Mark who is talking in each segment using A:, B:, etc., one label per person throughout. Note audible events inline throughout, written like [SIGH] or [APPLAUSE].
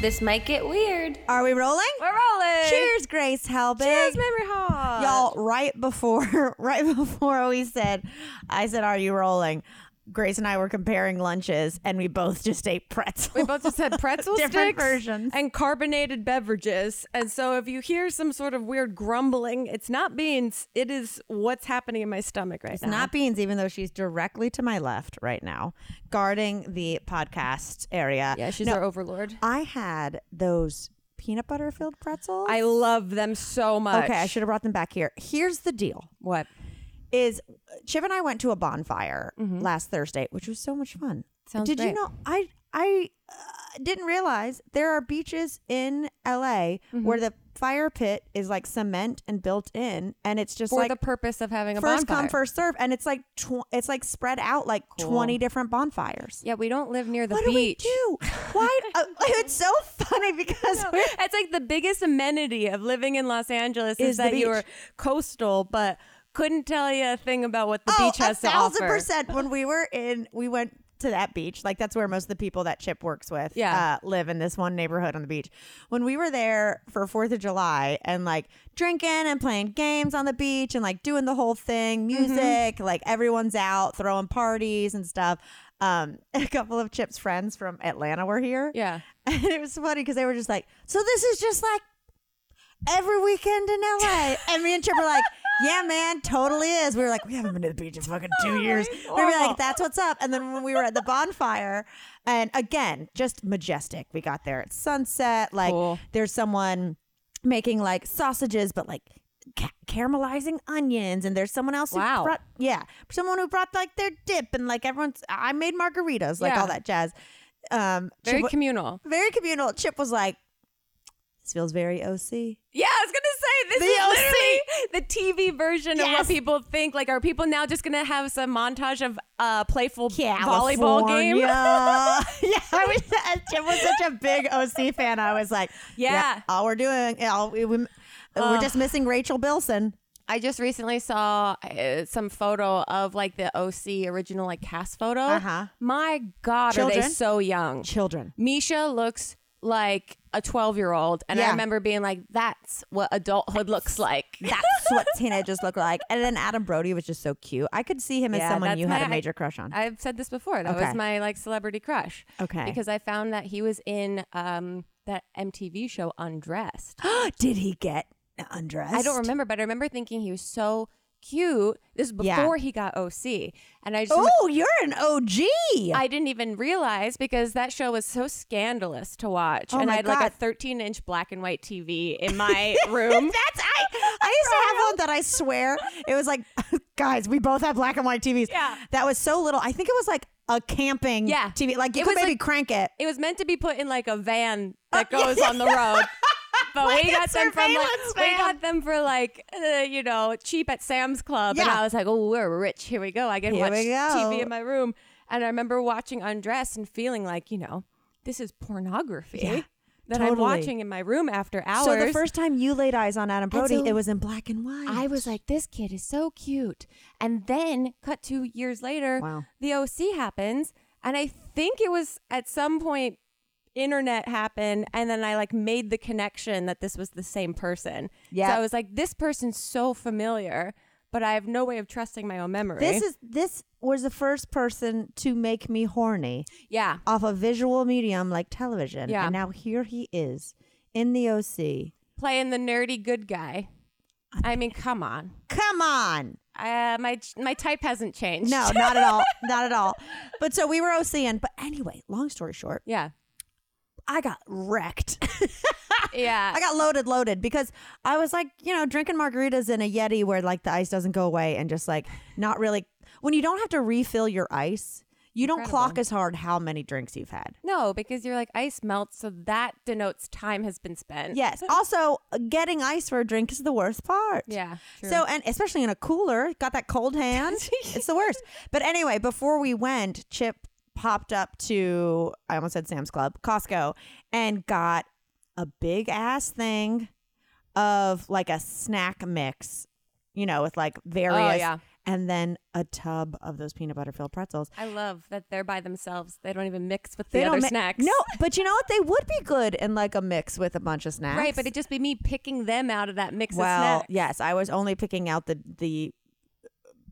A: This might get weird.
B: Are we rolling?
A: We're rolling.
B: Cheers, Grace Helbig.
A: Cheers, memory hall.
B: Y'all, right before [LAUGHS] right before we said, I said, Are you rolling? Grace and I were comparing lunches and we both just ate pretzels. [LAUGHS]
C: We both just had [LAUGHS] pretzel
B: Different
C: sticks
B: versions.
C: and carbonated beverages. And so if you hear some sort of weird grumbling, it's not beans. It is what's happening in my stomach right now.
B: Not beans, even though she's directly to my left right now, guarding the podcast area.
C: yeah, she's
B: No,
C: our overlord.
B: I had those peanut butter filled pretzels.
C: I love them so much.
B: okay, I should have brought them back here. Here's the deal.
C: What?
B: is Chip and I went to a bonfire last Thursday, which was so much fun.
C: Mm-hmm. Sounds
B: Did you
C: great.
B: know I I uh, didn't realize there are beaches in LA
C: Mm-hmm.
B: where the fire pit is like cement and built in, and it's just
C: For
B: like
C: the purpose of having a
B: first
C: bonfire.
B: come first serve, and it's like tw- it's like spread out like twenty different bonfires.
C: Yeah, we don't live near the
B: what
C: beach.
B: do we do? Why? uh, [LAUGHS] it's so funny because we're
C: [LAUGHS] It's like the biggest amenity of living in Los Angeles is,
B: Is the
C: that
B: beach.
C: you're coastal, but couldn't tell you a thing about what the beach has
B: Oh, a
C: to
B: thousand
C: offer.
B: percent. When we were in, we went to that beach. Like that's where most of the people that Chip works with,
C: Yeah.
B: uh, live in this one neighborhood on the beach. When we were there for Fourth of July and like drinking and playing games on the beach and like doing the whole thing,
C: Mm-hmm.
B: music, like everyone's out throwing parties and stuff. Um, [LAUGHS] a couple of Chip's friends from Atlanta were here.
C: Yeah.
B: [LAUGHS] And it was funny because they were just like, so this is just like every weekend in LA. And me and Chip were like, yeah, man, totally is. We were like, we haven't been to the beach in fucking two years. We were like, that's what's up. And then when we were at the bonfire, and again, just majestic. We got there at sunset. Like,
C: Cool.
B: there's someone making like sausages, but like ca- caramelizing onions. And there's someone else
C: Wow.
B: who brought, yeah, someone who brought like their dip and like everyone's, I made margaritas, like
C: Yeah.
B: all that jazz. Um,
C: Very
B: Chip-
C: communal.
B: very communal. Chip was like, "This feels very OC."
C: Yeah, I was gonna say this
B: The
C: is literally the TV version of
B: Yes.
C: what people think. Like, are people now just gonna have some montage of uh, playful volleyball
B: California.
C: game?
B: yeah, [LAUGHS] I was. Chip was such a big OC fan. I was like,
C: Yeah.
B: all we're doing, all, we, we, we're just missing Rachel Bilson."
C: I just recently saw uh, some photo of like the OC original like cast photo.
B: Uh-huh.
C: My God, are they
B: Children?
C: so young?
B: Children.
C: Misha looks like a 12 year old. And I
B: Yeah.
C: remember being like, that's what adulthood looks like.
B: That's
C: [LAUGHS]
B: what teenagers look like. And then Adam Brody was just so cute. I could see him as
C: Yeah,
B: someone
C: that's
B: you
C: my-
B: had a major crush on.
C: I've said this before. That was
B: Okay.
C: my like celebrity crush.
B: Okay.
C: Because I found that he was in um, that MTV show Undressed.
B: [GASPS] Did he get undressed?
C: I don't remember, but I remember thinking he was so cute. This is
B: Yeah.
C: before he got OC. And I just
B: Oh, you're an OG. Oh!
C: I didn't even realize because that show was so scandalous to watch.
B: Oh
C: and
B: my
C: I had like a
B: God.
C: 13 inch black and white TV
B: [LAUGHS]
C: in my room.
B: That's
C: [LAUGHS]
B: I. I used to have one that I swear it was like, [LAUGHS] guys, we both have black and white TVs.
C: Yeah.
B: that was so little. I think it was like a camping
C: Yeah.
B: TV. Like you
C: It
B: could
C: was
B: maybe
C: like-
B: crank it.
C: It was meant to be put in like a van that
B: Oh, yeah.
C: goes on
B: [LAUGHS]
C: the road. But we
B: a
C: got them from like,
B: surveillance
C: we
B: van.
C: got them for like uh, you know cheap at Sam's Club, and
B: Yeah.
C: I was like, oh, we're rich. Here we go. I can
B: Here
C: watch
B: we go.
C: TV in my room, and I remember watching Undress and feeling like you know this is pornography that I'm
B: totally.
C: watching in my room after hours.
B: So the first time you laid eyes on Adam Brody,
C: so
B: it was in black and white.
C: I was like, this kid is so cute. And then, cut two years later,
B: Wow.
C: the OC happens. And I think it was at some point, internet happened. And then I like made the connection that this was the same person.
B: Yeah.
C: So I was like, this person's so familiar, but I have no way of trusting my own memory.
B: this is this was the first person to make me horny
C: yeah.
B: off a visual medium like television.
C: Yeah.
B: and now here he is in the OC.
C: Playing the nerdy good guy. I mean, come on.
B: Come on.
C: Uh, my my type hasn't changed.
B: No, not at
C: [LAUGHS]
B: all. Not at all. But so we were OCing. But anyway, long story short, [LAUGHS]
C: Yeah.
B: I got wrecked.
C: Yeah.
B: I got loaded, loaded because I was like, you know, drinking margaritas in a Yeti where like the ice doesn't go away and just like not really. When you don't have to refill your ice, you don't clock as hard how many drinks you've had.
C: No, because you're like ice melts, so that denotes time has been spent.
B: Yes. Also, getting ice for a drink is the worst part.
C: Yeah, true.
B: So, and especially in a cooler, got that cold hand.
C: [LAUGHS]
B: it's the worst. But anyway, before we went, Chip popped up to, I almost said Sam's Club, Costco, and got a big ass thing of like a snack mix, you know, with like various.
C: Oh, yeah.
B: and then a tub of those peanut butter filled pretzels.
C: I love that they're by themselves. They don't even mix with the other
B: ma-
C: snacks.
B: No, but you know what? They would be good in like a mix with a bunch of snacks.
C: Right, but it'd just be me picking them out of that mix
B: well,
C: of snacks.
B: yes, I was only picking out the the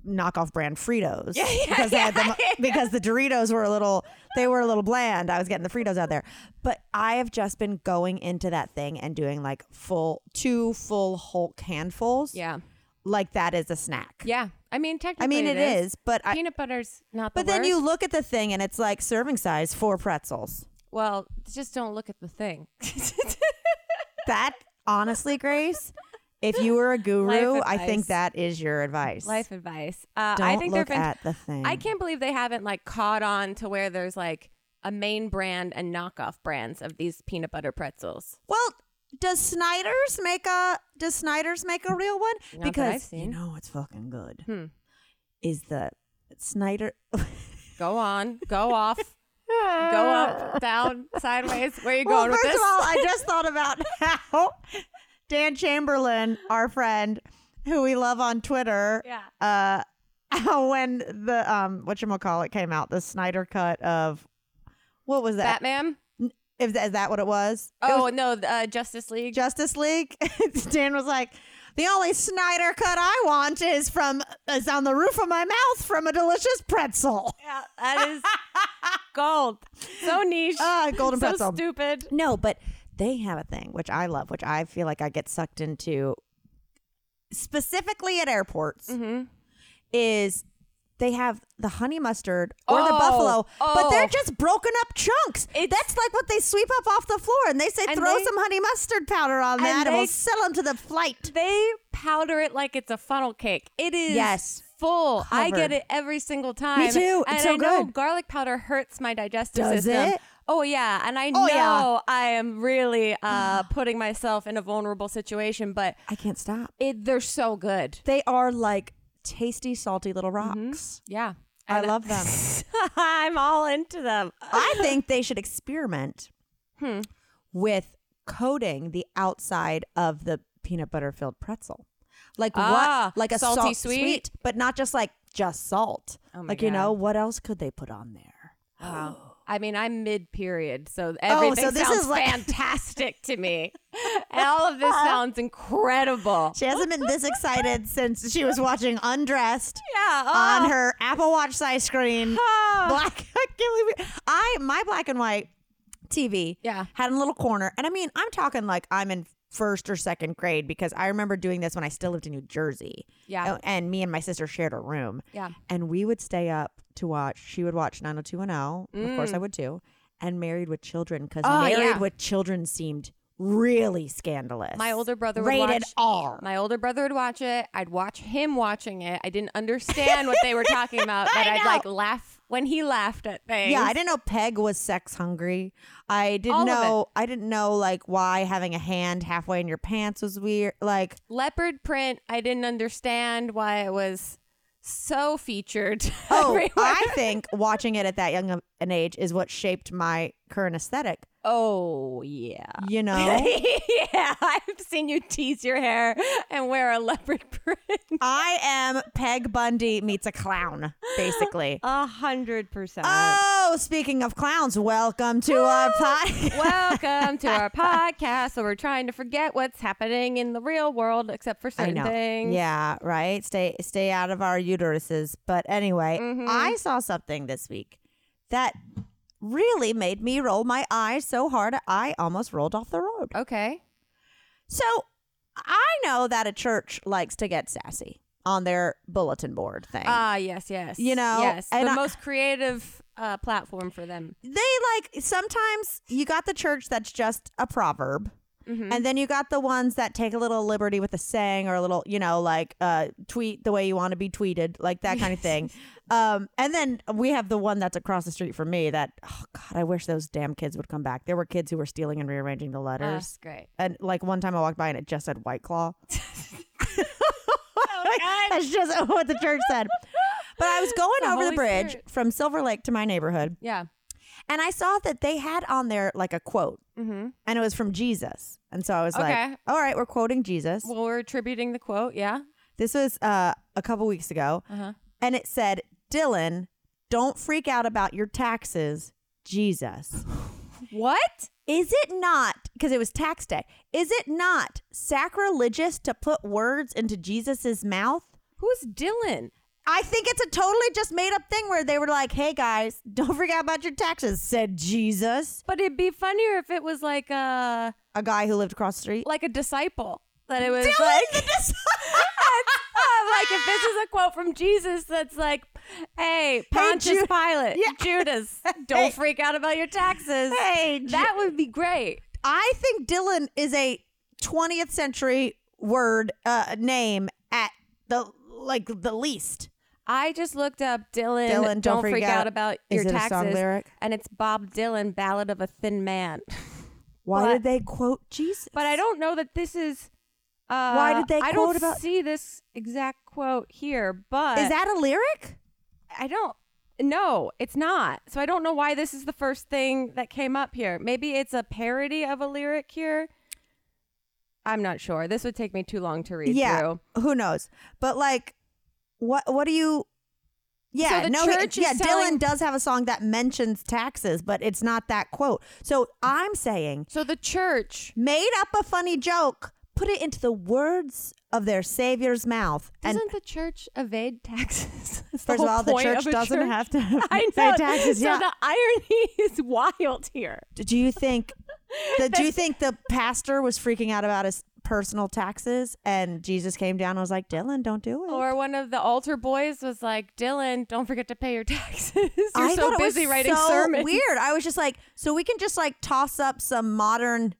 B: knockoff brand Fritos
C: [LAUGHS]
B: because they had the, because the Doritos were a little they were a little bland. I was getting the Fritos out there, but I have just been going into that thing and doing like full two full Hulk handfuls.
C: Yeah.
B: like that is a snack.
C: Yeah. I mean, technically,
B: I mean it is, but I.
C: Peanut butter's not the
B: But then you
C: worst.
B: look at the thing and it's like serving size four pretzels.
C: Well, just don't look at the thing.
B: That honestly, Grace, if you were a guru,
C: [LAUGHS] Life
B: I think
C: advice.
B: that is your advice.
C: Life advice. Uh,
B: Don't
C: I think
B: look
C: they're fantastic.
B: at the thing.
C: I can't believe they haven't like caught on to where there's like a main brand and knockoff brands of these peanut butter pretzels.
B: Well, does Snyder's make a does Snyder's make a real one?
C: Not that
B: because
C: I've
B: you
C: seen.
B: know it's fucking good.
C: Hmm.
B: Is the Snyder? [LAUGHS]
C: Go on, go off,
B: [LAUGHS]
C: go up, down, sideways. Where are you
B: well,
C: going
B: first
C: with this?
B: of all, I
C: [LAUGHS]
B: just thought about how Dan Chamberlain, our friend, who we love on Twitter,
C: yeah.
B: uh, [LAUGHS] how when the um what call it came out, the Snyder cut of what was that?
C: Batman.
B: If is that what it was? It was
C: Oh no, uh, Justice League.
B: Justice League. [LAUGHS] Dan was like, the only Snyder cut I want is from is on the roof of my mouth from a delicious pretzel.
C: yeah, that is gold. So niche.
B: [LAUGHS] Ah, golden
C: so
B: pretzel.
C: stupid.
B: No, but they have a thing which I love, which I feel like I get sucked into specifically at airports
C: Mm-hmm.
B: is they have the honey mustard or the
C: Oh,
B: buffalo, but they're
C: oh.
B: just broken up chunks.
C: It's-
B: That's like what they sweep up off the floor, and they say
C: And
B: throw
C: they-
B: some honey mustard powder on
C: and
B: that, and we'll
C: they-
B: sell them to the flight.
C: They powder it like it's a funnel cake. It is
B: Yes.
C: full. I
B: Covered.
C: get it every single time.
B: too. It's
C: and
B: so
C: I know
B: good.
C: garlic powder hurts my digestive
B: Does
C: system.
B: it?
C: Oh yeah, and I
B: Oh,
C: know
B: yeah.
C: I am really
B: [SIGHS]
C: uh, putting myself in a vulnerable situation, but
B: I can't stop.
C: it, they're so good.
B: They are like tasty, salty little rocks.
C: Yeah,
B: Mm-hmm. I
C: And
B: love them.
C: [LAUGHS]
B: [LAUGHS]
C: I'm all into them.
B: I think they should experiment Hmm. with coating the outside of the peanut butter filled pretzel. Like
C: Ah,
B: what? Like a
C: salty
B: salt-
C: sweet?
B: but not just like just salt.
C: Oh my
B: like you
C: God.
B: know, what else could they put on there?
C: Wow. I mean, I'm mid period, so everything
B: Oh, so this
C: sounds
B: is like-
C: [LAUGHS]
B: Uh-huh.
C: fantastic
B: [LAUGHS]
C: to me, and all of this sounds incredible.
B: She hasn't been this excited since she was watching Undressed
C: Yeah,
B: on her Apple Watch size screen.
C: Oh.
B: black. [LAUGHS] I can't believe it. I my black and white TV.
C: Yeah.
B: had a little corner, and I mean, I'm talking like I'm in first or second grade because I remember doing this when I still lived in New Jersey.
C: Yeah.
B: A- and me and my sister shared a room.
C: Yeah.
B: and we would stay up to watch. She would watch 90210. Of course, I would too. And Married with Children because
C: Mm. Oh,
B: Married
C: yeah.
B: with Children seemed really scandalous.
C: My older brother would
B: rated
C: watch
B: R.
C: My older brother would watch it. I'd watch him watching it. I didn't understand what
B: [LAUGHS]
C: they were talking about, but
B: I
C: I'd
B: know.
C: like laugh when he laughed at things.
B: Yeah, I didn't know Peg was sex hungry. I didn't
C: All of
B: know. I didn't know like why having a hand halfway in your pants was weird. Like
C: [LAUGHS] leopard print. I didn't understand why it was so featured. [LAUGHS]
B: oh,
C: everywhere.
B: I think watching it at that young of an age is what shaped my current aesthetic.
C: oh yeah. [LAUGHS]
B: You know,
C: yeah, I've seen you tease your hair and wear a leopard [LAUGHS] print.
B: I am Peg Bundy meets a clown,
C: [LAUGHS]
B: basically.
C: A hundred percent.
B: Oh, speaking of clowns, welcome to our [LAUGHS] podcast.
C: Welcome to [LAUGHS] our podcast. So we're trying to forget what's happening in the real world, except for
B: I
C: certain
B: know.
C: things.
B: Yeah, right. Stay stay out of our uteruses. But anyway, I saw something this week that really made me roll my eyes so hard I almost rolled off the road.
C: Okay.
B: So I know that a church likes to get sassy on their bulletin board thing.
C: Ah, yes, yes.
B: You know,
C: yes,
B: and
C: the
B: I-
C: most creative uh, platform for them.
B: they like sometimes you got the church that's just a proverb
C: Mm-hmm.
B: and then you got the ones that take a little liberty with a saying or a little you know like uh tweet the way you want to be tweeted like that kind of thing um and then we have the one that's across the street from me that oh god i wish those damn kids would come back there were kids who were stealing and rearranging
C: Uh.
B: the letters
C: That's great.
B: and like one time i walked by and it just said white
C: [LAUGHS]
B: claw [LAUGHS] that's just [LAUGHS] what the church said but i was going
C: Oh, The
B: over the
C: Holy
B: bridge
C: Spirit.
B: from silver lake to my neighborhood
C: Yeah.
B: and I saw that they had on there like a quote,
C: Mm-hmm.
B: and it was from Jesus. And so I was
C: Okay.
B: like, all right, we're quoting Jesus.
C: Well, we're attributing the quote. Yeah.
B: This was uh, a couple weeks ago,
C: Uh-huh.
B: and it said, "Dylan, don't freak out about your taxes." Jesus,
C: What?
B: is it not? Because it was tax day. Is it not sacrilegious to put words into Jesus's mouth?
C: Who's Dylan?
B: I think it's a totally just made up thing where they were like, "Hey guys, don't forget about your taxes," said Jesus,
C: But it'd be funnier if it was like a
B: a guy who lived across the street.
C: like a disciple. That it was
B: Dylan
C: like [LAUGHS]
B: [LAUGHS] the dis-
C: I'm like if this is a quote from Jesus that's like, hey, Pontius
B: Ju-
C: Pilate,
B: Yeah.
C: [LAUGHS] Judas, don't
B: Hey.
C: freak out about your taxes.
B: Hey, Ju-
C: [LAUGHS] that would be great.
B: I think Dylan is a 20th century word uh, name at the like the least.
C: I just looked up Dylan.
B: Dylan,
C: don't, freak, out, about
B: Is
C: your
B: it a
C: taxes.
B: song lyric?
C: And it's Bob Dylan, Ballad of a
B: [LAUGHS]
C: Thin Man.
B: Why
C: But-
B: did they quote Jesus?
C: but I don't know that this is. Uh,
B: Why did they
C: I
B: quote
C: don't
B: about-
C: see this exact quote here, but
B: is that a lyric?
C: I don't. No, it's not. So I don't know why this is the first thing that came up here. Maybe it's a parody of a lyric here. I'm not sure. This would take me too long to read
B: yeah.
C: through.
B: Who knows? But like, what what do you? Yeah,
C: the
B: no, he-
C: church is
B: yeah.
C: selling-
B: Dylan does have a song that mentions taxes, but it's not that quote. So I'm saying,
C: So the church
B: made up a funny joke, put it into the words of their Savior's mouth, and
C: doesn't the church evade taxes? [LAUGHS] That's
B: First of
C: whole
B: all, the
C: point
B: church
C: of a
B: doesn't
C: church.
B: have to
C: [LAUGHS] I
B: pay
C: know.
B: taxes.
C: So
B: yeah.
C: the irony [LAUGHS] is wild here.
B: do you think the, do you think the pastor was freaking out about his personal taxes and Jesus came down and was like, Dylan, don't do it.
C: Or one of the altar boys was like, "Dylan, don't forget to pay your taxes. [LAUGHS] You're
B: I
C: so
B: thought it was
C: busy writing
B: so
C: sermons."
B: Weird. I was just like, so we can just like toss up some modern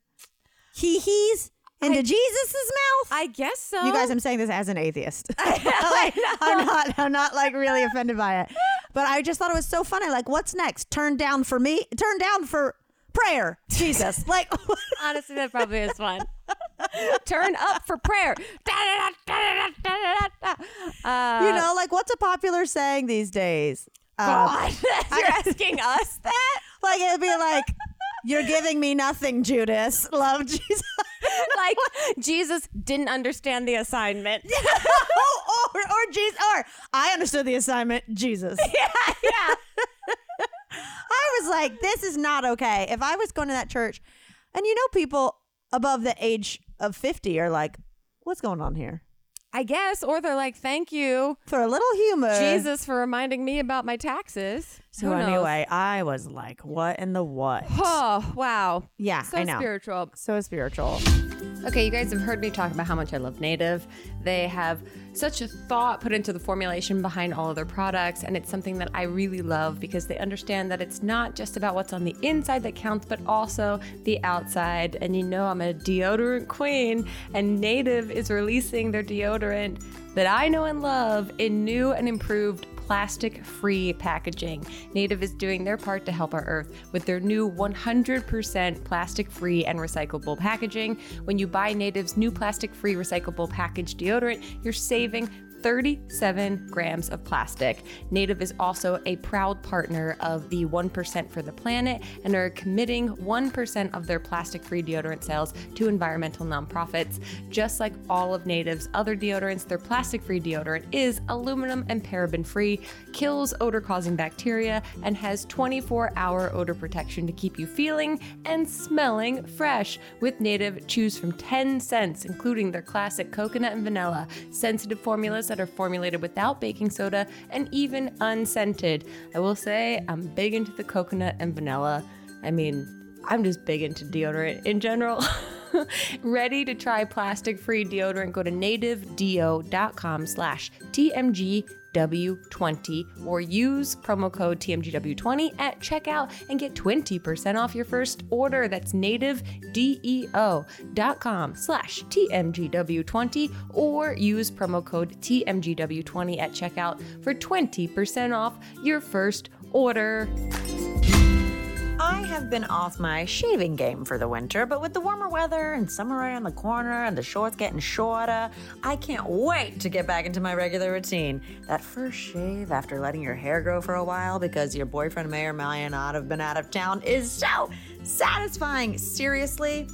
B: hee hees into Jesus's mouth.
C: I guess so.
B: you guys, I'm saying this as an
C: [LAUGHS]
B: atheist. [LAUGHS] Like, I'm not. I'm not like really offended by it, but I just thought it was so funny. Like, what's next? Turn down for me. Turn down for prayer. Jesus.
C: [LAUGHS]
B: Like, [LAUGHS]
C: Honestly, that probably is fun. [LAUGHS] Turn up for prayer. Da, da, da, da, da, da, da, da. [LAUGHS] Uh,
B: you know, like what's a popular saying these days? Uh,
C: God, [LAUGHS] you're asking us that?
B: like it'd be like, "You're giving me nothing, Judas. Love Jesus."
C: [LAUGHS] Like Jesus didn't understand the assignment. Yeah,
B: oh, [LAUGHS] or or Jesus, or I understood the assignment, Jesus.
C: [LAUGHS] yeah.
B: [LAUGHS] I was like, "This is not okay." If I was going to that church, and you know, people above the age of fifty are like, "What's going on here?"
C: I guess, or they're like, "Thank you,
B: For a little humor,
C: Jesus, for reminding me about my taxes."
B: Uh, So
C: Who knows?
B: anyway, I was like, "What in the what?"
C: Oh wow.
B: Yeah,
C: So
B: I know.
C: spiritual.
B: So spiritual.
C: Okay, you guys have heard me talk about how much I love Native. They have such a thought put into the formulation behind all of their products, and it's something that I really love because they understand that it's not just about what's on the inside that counts, but also the outside. And you know, I'm a deodorant queen, and Native is releasing their deodorant that I know and love in new and improved plastic free packaging. Native is doing their part to help our earth with their new 100% plastic free and recyclable packaging. When you buy Native's new plastic free recyclable package deodorant, you're saving 37 grams of plastic. Native is also a proud partner of the 1% for the planet and are committing 1% of their plastic free deodorant sales to environmental nonprofits. Just like all of Native's other deodorants, their plastic free deodorant is aluminum and paraben free, kills odor causing bacteria, and has 24 hour odor protection to keep you feeling and smelling fresh. With Native, choose from 10 scents, including their classic coconut and vanilla, sensitive formulas that are formulated without baking soda, and even unscented. I will say, I'm big into the coconut and vanilla. I mean, I'm just big into deodorant in general. [LAUGHS] Ready to try plastic-free deodorant? Go to nativedeo.com slash TMGW20 or use promo code TMGW20 at checkout and get 20% off your first order. That's nativedeo.com slash TMGW20 or use promo code TMGW20 at checkout for 20% off your first order.
D: I have been off my shaving game for the winter, but with the warmer weather and summer right on the corner and the shorts getting shorter, I can't wait to get back into my regular routine. That first shave after letting your hair grow for a while because your boyfriend may or may not have been out of town is so satisfying. Seriously?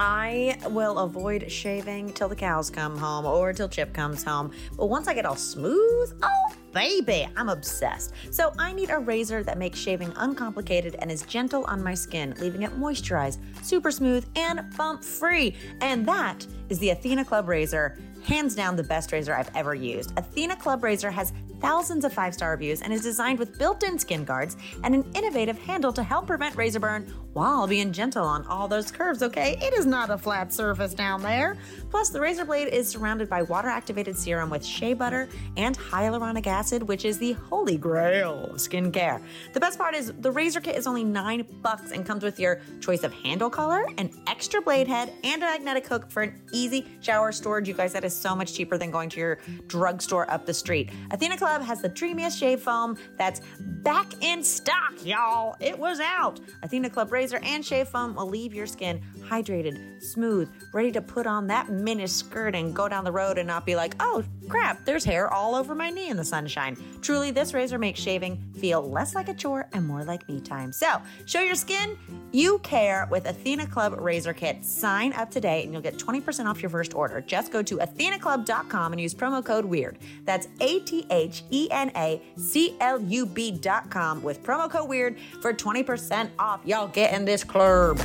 B: I will avoid shaving till the cows come home or till Chip comes home. But once I get all smooth, oh baby, I'm obsessed. So I need a razor that makes shaving uncomplicated and is gentle on my skin, leaving it moisturized, super smooth, and bump free. And that is the Athena Club razor. Hands down, the best razor I've ever used. Athena Club Razor has thousands of five star reviews and is designed with built in skin guards and an innovative handle to help prevent razor burn while being gentle on all those curves, okay? It is not a flat surface down there. Plus, the razor blade is surrounded by water activated serum with shea butter and hyaluronic acid, which is the holy grail of skincare. The best part is the razor kit is only nine bucks and comes with your choice of handle color, an extra blade head, and a magnetic hook for an easy shower storage. You guys, that is so much cheaper than going to your drugstore up the street. Athena Club has the dreamiest shave foam that's back in stock, y'all. It was out. Athena Club razor and shave foam will leave your skin hydrated, smooth, ready to put on that mini skirt and go down the road and not be like, oh crap, there's hair all over my knee in the sunshine. Truly, this razor makes shaving feel less like a chore and more like me time. So, show your skin you care with Athena Club Razor Kit. Sign up today and you'll get 20% off your first order. Just go to athenaclub.com and use promo code WEIRD. That's A T H E N A C L U B.com with promo code WEIRD for 20% off. Y'all get in this club.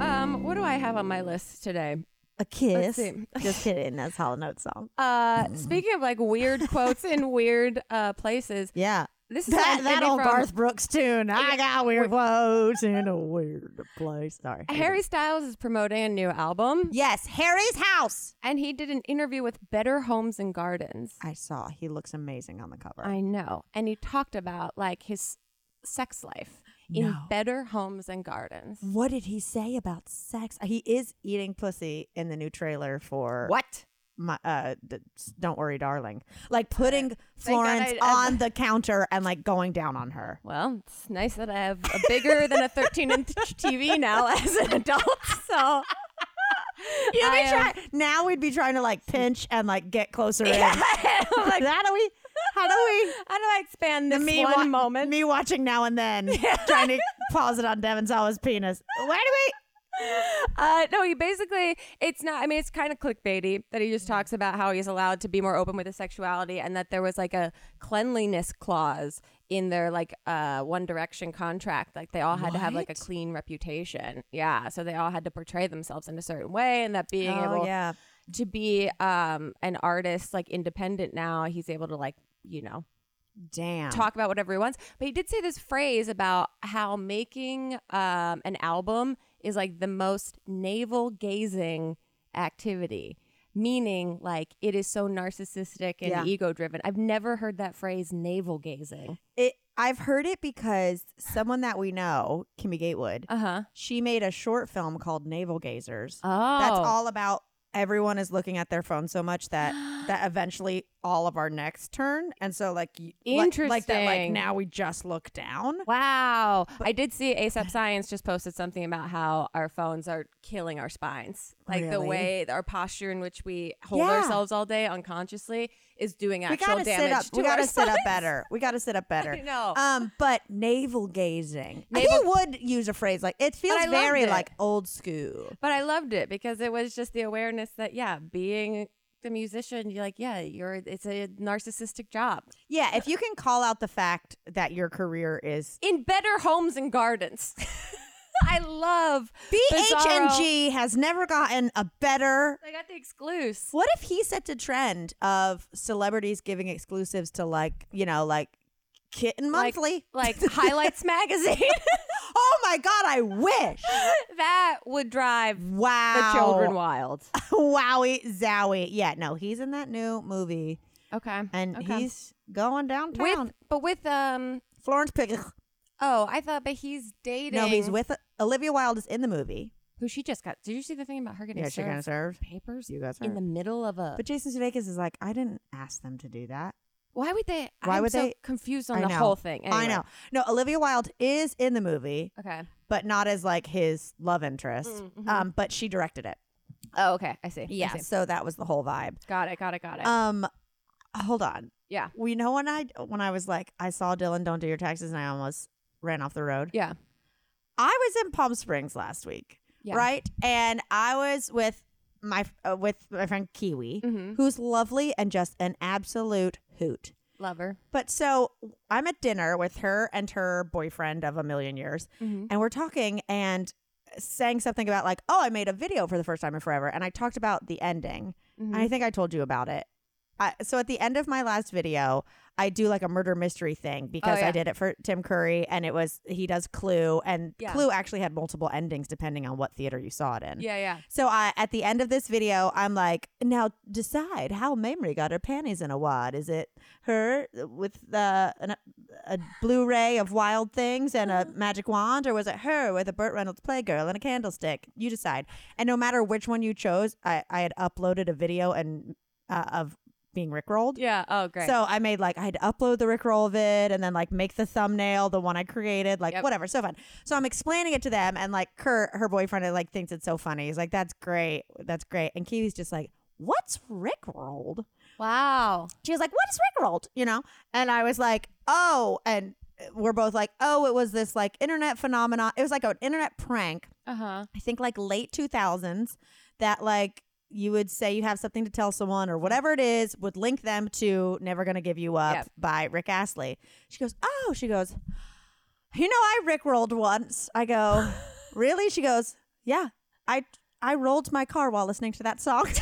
C: Um, what do I have on my list today?
E: A kiss.
C: see.
E: Just kidding. That's Hollow Note song.
C: [LAUGHS] Uh, speaking of like weird quotes in weird uh places,
E: Yeah.
C: this is
E: That,
C: on
E: that
C: Andy
E: old
C: from-
E: Garth Brooks tune. I got weird clothes in a weird place. Sorry.
C: Harry Styles is promoting a new album,
E: Yes, Harry's house.
C: and he did an interview with Better Homes and Gardens.
E: I saw. He looks amazing on the cover.
C: I know, and he talked about like his sex life in
E: No.
C: Better Homes and Gardens.
E: what did he say about sex? Uh, He is eating pussy in the new trailer for
C: What?
E: my uh d- s- don't worry darling like putting
C: God
E: florence
C: I- I-
E: on the counter and like going down on her
C: Well, it's nice that I have a bigger than a 13 [LAUGHS] inch TV now as an adult. [LAUGHS] So
E: You'd be
C: I am-
E: try- now we'd be trying to like pinch and like get
C: [LAUGHS]
E: closer in
C: I'm like,
E: how
C: [LAUGHS]
E: do we how do we
C: how do I expand this
E: [LAUGHS] me
C: one
E: wa-
C: moment?
E: me watching now
C: [LAUGHS]
E: and then trying to pause it on devin sawa's penis why do
C: Uh, no, he basically, it's not, I mean, it's kind of clickbaity that he just talks about how he's allowed to be more open with his sexuality and that there was like a cleanliness clause in their like uh, One Direction contract. Like they all had to have like a clean reputation. Yeah. So they all had to portray themselves in a certain way and that being
E: we
C: able
E: yeah
C: to be um, an artist, like independent now, he's able to like, you know,
E: damn
C: talk about whatever he wants. But he did say this phrase about how making um, an album is like the most navel gazing activity, meaning like it is so narcissistic and
E: Yeah.
C: ego driven. I've never heard that phrase navel gazing.
E: it i've heard it because someone that we know kimmy gatewood
C: Uh huh.
E: she made a short film called navel gazers
C: Oh,
E: That's all about everyone is looking at their phone so
C: [GASPS]
E: much that that eventually all of our necks turn, and so like y- like- like that, like
C: Interesting.
E: now we just look down.
C: Wow. I did see ASAP Science just posted something about how our phones are killing our spines. Like the
E: Really?
C: way our posture in which we hold
E: Yeah.
C: ourselves all day unconsciously is doing
E: We
C: actual
E: gotta
C: damage
E: sit up.
C: to
E: We gotta
C: our
E: sit up
C: spines.
E: better. We gotta sit up
C: [LAUGHS]
E: better.
C: I know.
E: Um, but navel gazing. he
C: Navel-
E: would use a phrase like it feels
C: I loved
E: very
C: it.
E: like old school.
C: But I loved it because it was just the awareness that yeah, being the musician, you're like, yeah, you're it's a narcissistic job.
E: Yeah, if you can call out the fact that your career is
C: In better homes and gardens. [LAUGHS] I love Bizarro.
E: BHNG has never gotten a better
C: I got the exclusive.
E: What if he set a trend of celebrities giving exclusives to like, you know, like Kitten
C: Like-
E: Monthly?
C: Like Highlights magazine.
E: [LAUGHS]
C: [LAUGHS]
E: oh my god, I wish.
C: that would drive the
E: Wow.
C: children wild.
E: [LAUGHS] Wowie zowie. Yeah, no, he's in that new movie
C: Okay.
E: and
C: okay.
E: he's going downtown.
C: with but with um
E: Florence Pugh.
C: oh, I thought but he's dating
E: No, he's with Olivia Wilde is in the movie.
C: who she just got. Did you see the thing about her getting
E: Yeah, she kind of
C: served
E: served.
C: papers
E: You guys
C: in
E: are.
C: the middle of a
E: But Jason Sudeikis is like, I didn't ask them to do that.
C: Why would they?
E: Why
C: I'm
E: would
C: so
E: they-
C: Confused on
E: I
C: the
E: know.
C: whole thing.
E: I
C: Anyway.
E: know. No, Olivia Wilde is in the movie.
C: Okay.
E: but not as like his love interest.
C: Mm, mm-hmm.
E: Um, but she directed it.
C: Oh, okay. I see. I see.
E: So that was the whole vibe.
C: Got it. Got it. Got it.
E: Um, hold on.
C: yeah.
E: We know when I when I was like I saw Dylan don't do your taxes and I almost ran off the road.
C: Yeah.
E: I was in Palm Springs last week.
C: Yeah.
E: right? And I was with my uh, with my friend Kiwi,
C: Mm-hmm.
E: who's lovely and just an absolute hoot.
C: Lover.
E: But so I'm at dinner with her and her boyfriend of a million years,
C: Mm-hmm.
E: and we're talking and saying something about like, oh, I made a video for the first time in forever, and I talked about the ending, and
C: Mm-hmm.
E: I think I told you about it. I, so at the end of my last video, I do like a murder mystery thing because I
C: Oh, yeah.
E: did it for Tim Curry, and it was he does Clue, and
C: Yeah.
E: Clue actually had multiple endings depending on what theater you saw it in.
C: Yeah, yeah.
E: So I, at the end of this video, I'm like, now decide how Mamrie got her panties in a wad. Is it her uh, with the an, a Blu-ray of Wild Things and a magic wand, or was it her with a Burt Reynolds Playgirl and a candlestick? You decide. And no matter which one you chose, I, I had uploaded a video and uh, of being rickrolled.
C: Yeah. Oh, great.
E: So I made like I had to upload the Rickroll of it and then like make the thumbnail, the one I created, like
C: Yep.
E: whatever, so fun. So I'm explaining it to them, and like Kurt, her boyfriend, like thinks it's so funny. He's like, "That's great, that's great," and Kiwi's just like, "What's Rickrolled?"
C: wow.
E: She was like, "What is Rickrolled?" You know, and I was like, "Oh," and we're both like, "Oh, it was this like internet phenomenon. It was like an internet prank."
C: Uh huh.
E: I think like late 2000s that like you would say you have something to tell someone or whatever it is would link them to Never Gonna Give You Up
C: Yep.
E: by Rick Astley. She goes, "Oh," she goes, "You know I Rick rolled once."
C: [LAUGHS]
E: I go, "Really?" She goes, "Yeah. I I rolled my car while listening to that song." [LAUGHS]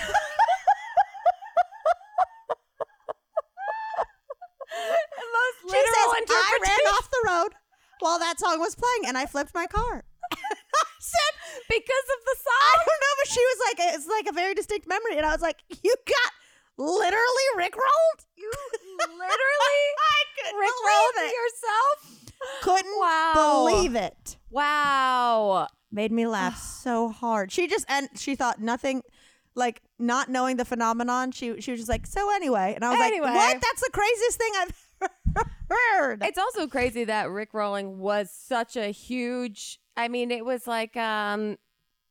C: Most
E: she says, I ran off the road while that song was playing and I flipped my car. [LAUGHS] I said,
C: because of the
E: I
C: song.
E: don't know, but she was like, it's like a very distinct memory. And I was like, you got literally Rickrolled? You
C: Literally,
E: [LAUGHS] I couldn't
C: Rick
E: believe it.
C: yourself.
E: Couldn't
C: Wow.
E: believe it.
C: Wow.
E: Made
C: [SIGHS]
E: me laugh so hard. She just, and she thought nothing, like not knowing the phenomenon. She, she was just like, so anyway. And I was
C: Anyway.
E: like, what? That's the craziest thing I've [LAUGHS] ever heard.
C: It's also crazy that Rick Rolling was such a huge. I mean, it was like um,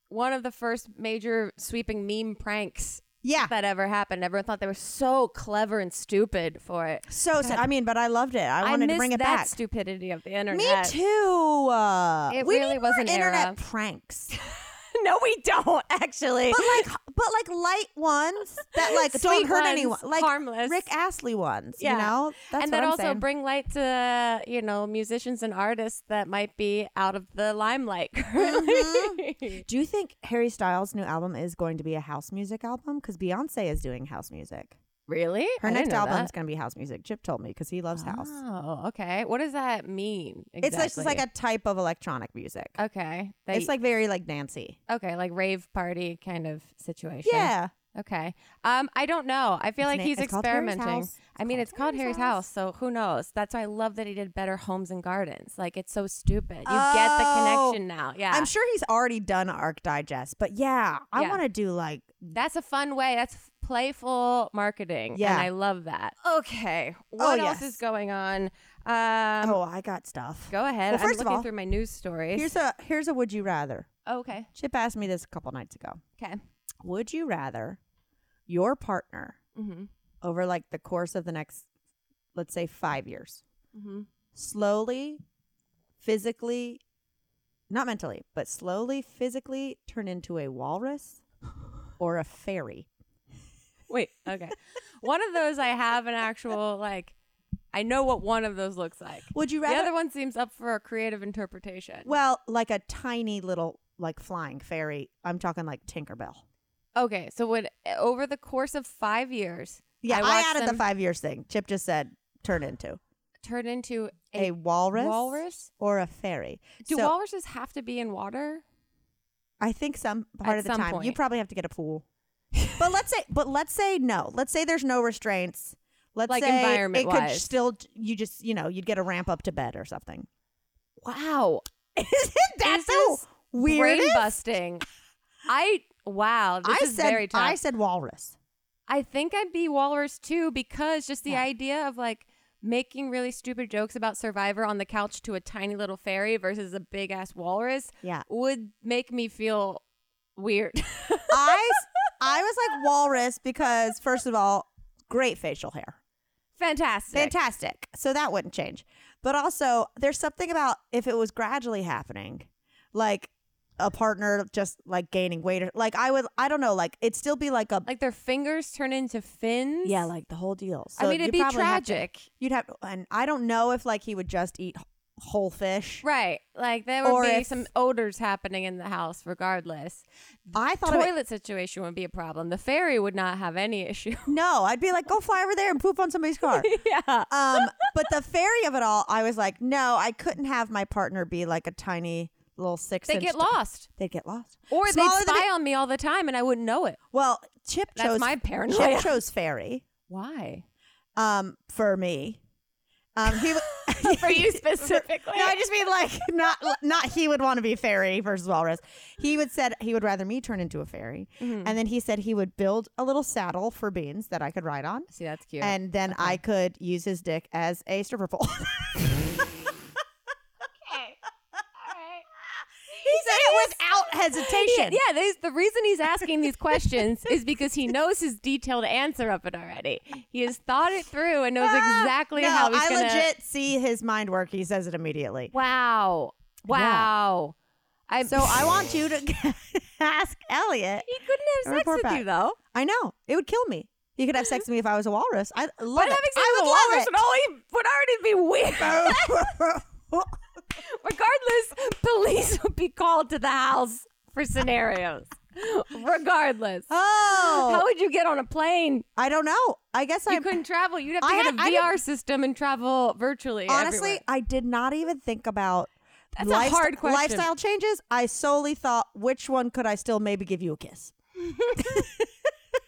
C: one of the first major sweeping meme pranks
E: yeah.
C: that ever happened. Everyone thought they were so clever and stupid for it.
E: So, sad. I mean, but I loved it. I wanted
C: miss
E: to bring it
C: that
E: back.
C: stupidity of the
E: me
C: internet.
E: too. Uh,
C: It
E: we
C: really
E: need
C: was
E: more
C: an
E: internet
C: era.
E: pranks.
C: [LAUGHS] no, we don't actually.
E: but
C: [LAUGHS]
E: like but like light ones that like don't
C: Sweet
E: hurt
C: ones,
E: anyone like
C: harmless.
E: rick astley ones
C: Yeah.
E: you know that's
C: and
E: what
C: that
E: I'm
C: also
E: saying.
C: bring light to you know musicians and artists that might be out of the limelight [LAUGHS] currently.
E: do you think harry styles new album is going to be a house music album because beyonce is doing house music
C: really?
E: her
C: I didn't
E: next
C: know
E: album is
C: that.
E: going to be house music chip told me because he loves house
C: Oh, okay. What does that mean? Exactly?
E: it's just like a type of electronic music
C: okay. They-
E: it's like very like nancy
C: okay, like rave party kind of situation.
E: yeah
C: Okay. Um, I don't know. I feel
E: It's
C: like
E: na-
C: he's
E: it's called Harry's
C: experimenting.
E: House.
C: I mean, it's called Harry's house. so who knows? That's why I love that he did better homes and gardens. Like it's so stupid. You get the
E: Oh.
C: connection now. Yeah.
E: i'm sure he's already done arc digest but yeah i
C: Yeah.
E: want to do like
C: That's a fun way. That's f- playful marketing.
E: Yeah.
C: And I love that. Okay. What
E: Oh,
C: else
E: yes.
C: is going on? Um,
E: oh i got stuff
C: Go ahead.
E: Well,
C: I'm
E: first of
C: looking
E: all,
C: through my news stories. Oh,
E: here's a here's a would you rather
C: okay.
E: chip asked me this a couple nights ago
C: Okay.
E: would you rather your partner
C: Mm-hmm.
E: over like the course of the next let's say five years
C: Mm-hmm.
E: slowly physically not mentally but slowly physically turn into
C: [LAUGHS]
E: a walrus or a fairy
C: Wait. Okay. one of those I have an actual, like, I know what one of those looks like.
E: would you
C: The [LAUGHS]
E: rather
C: other one seems up for a creative interpretation.
E: well like a tiny little like flying fairy i'm talking like tinkerbell
C: okay. So, would over the course of five years,
E: yeah i,
C: watched
E: added
C: them
E: the five years thing chip just said turn into
C: turn into
E: a,
C: a,
E: walrus
C: walrus?
E: or a fairy
C: Do
E: So,
C: walruses have to be in water?
E: I think some part
C: At
E: of the
C: some
E: time you
C: point.
E: probably have to get
C: [LAUGHS]
E: a pool. but let's say, but let's say no. Let's say there's no restraints. Let's
C: Like
E: say it could
C: environment-wise.
E: still you just you know you'd get a ramp up to bed or something.
C: Wow.
E: [LAUGHS] Isn't that
C: This
E: so
C: is
E: weird?
C: brain busting. I wow, this
E: [LAUGHS] I
C: is
E: said
C: very tough.
E: I
C: I,
E: said walrus.
C: think I'd be walrus too because just the idea of like making really stupid jokes about survivor on the couch to a tiny little fairy versus a big ass walrus
E: Yeah.
C: would make me feel weird. [LAUGHS]
E: I I was like walrus because first of all, great facial hair.
C: Fantastic.
E: Fantastic. So that wouldn't change. But also, there's something about if it was gradually happening, like a partner just like gaining weight or like I would I don't know like it'd still be like a
C: Like their fingers turn into fins.
E: yeah like the whole deal.
C: I
E: So
C: mean, it'd
E: you'd
C: be
E: probably have to-
C: tragic,
E: you'd have and I don't know if like he would just eat wh- whole fish.
C: right? Like there would
E: Or
C: be
E: if-
C: some odors happening in the house, regardless.
E: I thought of it,
C: Toilet situation would be a problem. The fairy would not have any [LAUGHS] issue.
E: no, I'd be like go fly over there and poop on somebody's car.
C: [LAUGHS] yeah.
E: um but the fairy of it all I was like no, I couldn't have my partner be like a tiny little 6
C: They
E: inch
C: get
E: d-
C: lost,
E: They'd get lost.
C: or they
E: Smaller
C: would
E: than
C: spy
E: a-
C: on me all the time, and I wouldn't know it.
E: Well, Chip
C: That's
E: chose
C: my paranoia.
E: Chip chose fairy
C: Why?
E: um for me. Um he w-
C: [LAUGHS] For
E: [LAUGHS]
C: you specifically?
E: No, I just mean like not not he would want to be fairy versus walrus. He would said he would rather me turn into a fairy,
C: Mm-hmm.
E: and then he said he would build a little saddle for beans that I could ride on,
C: See, that's cute.
E: and then I could use his dick as a
C: [LAUGHS]
E: stripper pole. [LAUGHS] okay, all right. He said it without hesitation.
C: Yeah, yeah, there's- the reason he's asking
E: [LAUGHS]
C: these questions is because he knows his detailed answer of it already. He has thought it through and knows exactly
E: Ah, no,
C: how he's
E: I
C: gonna.
E: legit see his mind work. He says it immediately.
C: Wow! Wow! I [LAUGHS]
E: So I want you to [LAUGHS] ask Elliot.
C: he couldn't have sex
E: report
C: with
E: back.
C: you though.
E: I know it would kill me. He could have sex with me if I was a walrus. I love
C: But
E: it.
C: having sex
E: I
C: with a
E: would love
C: walrus would
E: it.
C: already would already be weird. [LAUGHS] Regardless, police would be called to the house for scenarios. Regardless, [LAUGHS]
E: oh,
C: how would you get on a plane?
E: I don't know. I guess I
C: You couldn't travel. You'd have to
E: I
C: get
E: had- I
C: a
E: didn't-
C: VR system and travel virtually.
E: honestly,
C: everywhere.
E: I did not even think about.
C: That's a hard question.
E: Lifestyle changes. I solely thought, which one could I still maybe give you a kiss?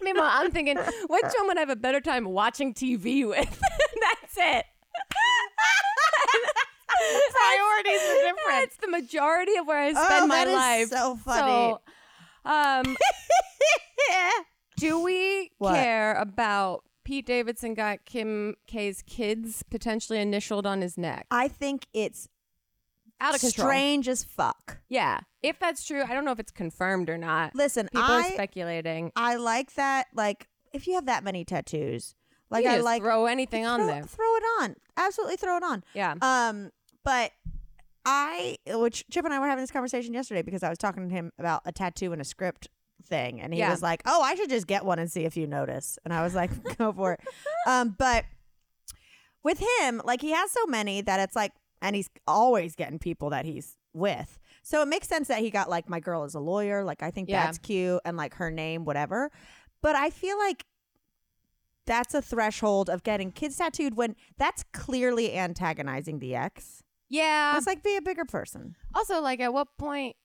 C: Meanwhile, I'm thinking, which one would I have a better time watching TV with? [LAUGHS] That's
E: [LAUGHS]
C: it. Priorities are different. That's the majority of where I spend
E: Oh,
C: my
E: that is
C: life.
E: so funny.
C: So,
E: [LAUGHS]
C: um, do we
E: What?
C: care about Pete Davidson got Kim K's kids potentially initialed on his neck?
E: I think it's
C: Out of control.
E: Uh, strange as fuck.
C: Yeah, if that's true, I don't know if it's confirmed or not.
E: Listen,
C: People
E: I
C: are speculating.
E: I like that. Like, if you have that many tattoos, like
C: You
E: I
C: just
E: like
C: throw anything on
E: throw-
C: there.
E: Throw it on. Absolutely, throw it on.
C: Yeah.
E: Um, but I, which Chip and I were having this conversation yesterday because I was talking to him about a tattoo and a script thing, and he
C: Yeah.
E: was like, "Oh, I should just get one and see if you notice." And I was like, [LAUGHS] "Go for it." Um, but with him, like he has so many that it's like, and he's always getting people that he's with. So it makes sense that he got like my girl is a lawyer. Like I think
C: Yeah.
E: that's cute, and like her name, whatever. But I feel like that's a threshold of getting kids tattooed when that's clearly antagonizing the ex.
C: yeah.
E: It's like be a bigger person.
C: Also, like, at what point?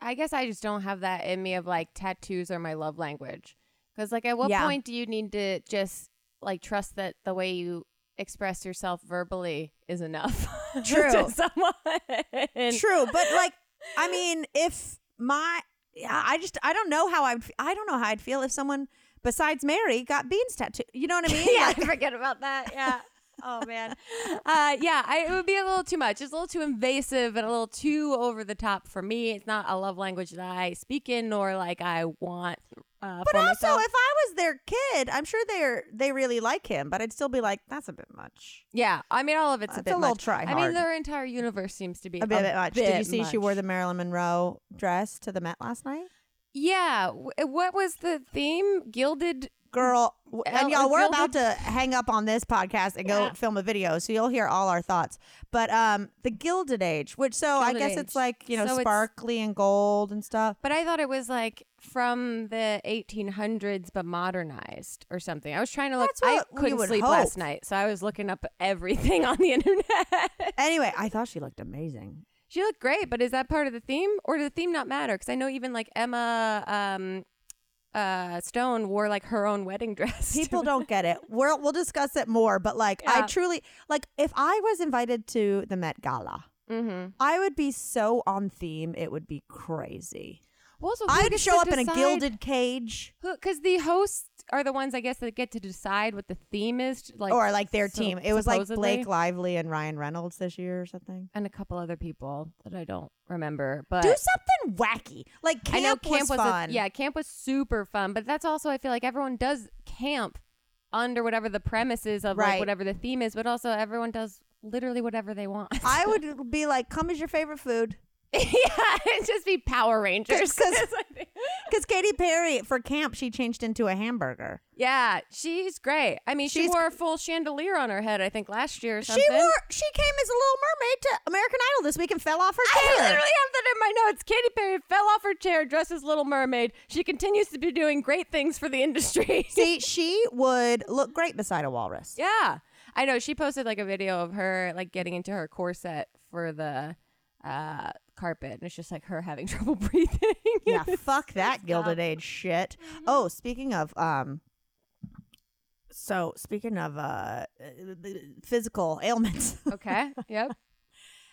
C: I guess I just don't have that in me of like tattoos are my love language. Because, like, at what
E: Yeah.
C: point do you need to just like trust that the way you express yourself verbally is enough? [LAUGHS]
E: True.
C: to someone.
E: True,
C: [LAUGHS]
E: but like, I mean, if my, yeah, I just I don't know how I'd f- I don't know how I'd feel if someone besides Mary got beans tattooed. You know what I mean?
C: [LAUGHS] yeah,
E: Like,
C: forget about that. Yeah. Oh man. Uh, yeah, I, it would be a little too much. It's a little too invasive and a little too over the top for me. It's not a love language that I speak in, nor like I want. Uh,
E: but
C: for
E: also,
C: myself.
E: if I was their kid, I'm sure they're they really like him, but I'd still be like, that's a bit much.
C: Yeah, I mean, all of it's a
E: That's
C: bit
E: a little
C: much.
E: try
C: I mean,
E: hard.
C: their entire universe seems to be
E: A bit, much. Did
C: bit
E: you see she wore
C: much.
E: the Marilyn Monroe dress to the Met last night?
C: Yeah, w- what was the theme? Gilded.
E: girl w- and
C: L-
E: y'all we're about
C: gilded-
E: to hang up on this podcast and go film a video so you'll hear all our thoughts but um the gilded age which so i
C: Gilded
E: guess
C: Age.
E: it's like you know
C: So it's-
E: sparkly and gold and stuff
C: But I thought it was like from the 1800s, but modernized or something. I was trying to look.
E: That's what
C: I
E: we
C: couldn't
E: would
C: sleep last
E: hope.
C: night, so I was looking up everything [LAUGHS] on the internet.
E: anyway i thought she looked amazing
C: she looked great, but is that part of the theme, or does the theme not matter? Because I know even like Emma um, uh, Stone wore like her own wedding [LAUGHS] dress. to
E: people don't get it we'll, we'll discuss it more but like
C: Yeah.
E: i truly like if i was invited to the met gala
C: Mm-hmm.
E: i would be so on theme it would be crazy
C: Well, also, who
E: i'd
C: gets
E: show
C: to
E: up in a
C: decide-
E: gilded cage
C: because the hosts are the ones I guess that get to decide what the theme is, like
E: or like their
C: so-
E: team it was
C: supposedly.
E: like blake lively and ryan reynolds this year or something
C: and a couple other people that I don't remember. But
E: do something wacky. Like camp,
C: I know camp was, a-
E: fun.
C: yeah, camp was super fun. But that's also I feel like everyone does camp under whatever the premise is of like
E: Right.
C: whatever the theme is, but also everyone does literally whatever they want.
E: I would be like, "Come as your favorite food."
C: [LAUGHS] yeah, it'd just be Power Rangers. [LAUGHS]
E: 'Cause- Because Katy Perry for camp, she changed into a hamburger.
C: yeah, she's great. I mean, she
E: She's-
C: wore a full chandelier on her head, I think, last year or something.
E: She wore. She came as a Little Mermaid to American Idol this week and fell off her
C: I
E: chair.
C: literally have that in my notes. Katy Perry fell off her chair dressed as Little Mermaid. She continues to be doing great things for the industry. [LAUGHS]
E: See, she would look great beside a walrus.
C: yeah. I know she posted like a video of her like getting into her corset for the uh carpet and it's just like her having [LAUGHS] trouble breathing. [LAUGHS]
E: Yeah, fuck that Gilded Age shit. Oh, speaking of um so speaking of uh physical ailments. [LAUGHS]
C: okay. Yep.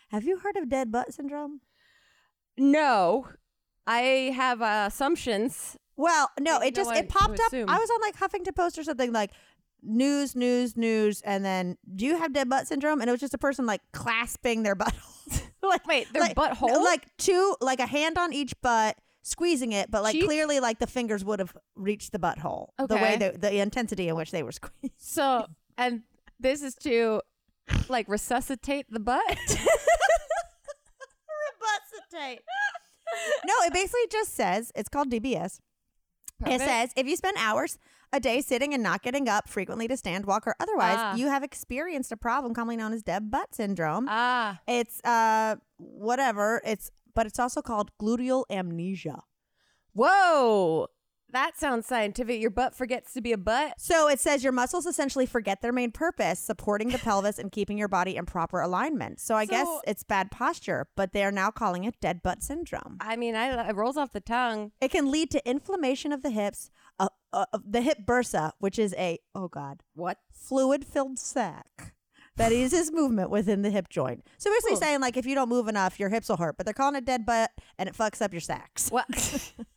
E: Have you heard of dead butt syndrome?
C: No. I have uh, assumptions.
E: Well, no,
C: Like,
E: it
C: no
E: just
C: one
E: it popped
C: would
E: up.
C: assume.
E: I was on like Huffington Post or something like news, news, news, and then do you have dead butt syndrome? And it was just a person like clasping their [LAUGHS] butthole. like
C: Wait, their
E: like,
C: butthole?
E: Like two like a hand on each butt, squeezing it, but like
C: Cheek?
E: clearly like the fingers would have reached the butthole. The
C: Okay.
E: way the the intensity in which they were [LAUGHS] squeezed.
C: So, and this is to like resuscitate the butt. [LAUGHS]
E: No, it basically just says it's called DBS. It says if you spend hours a day sitting and not getting up frequently to stand, walk, or otherwise,
C: Ah.
E: you have experienced a problem commonly known as dead butt syndrome.
C: ah,
E: it's uh whatever. It's but it's also called gluteal amnesia.
C: whoa. That sounds scientific. Your butt forgets to be a butt.
E: So it says your muscles essentially forget their main purpose, supporting the pelvis and keeping your body in proper alignment. So I guess
C: So-
E: it's bad posture, but they are now calling it dead butt syndrome.
C: I mean, I, it rolls off the tongue.
E: It can lead to inflammation of the hips, uh, uh, of the hip bursa, which is a oh god,
C: What?
E: fluid-filled sac that eases movement within the hip joint. So basically, saying like if you don't move enough, your hips will hurt. But they're calling it dead butt, and it fucks up your sacs.
C: What?
E: [LAUGHS]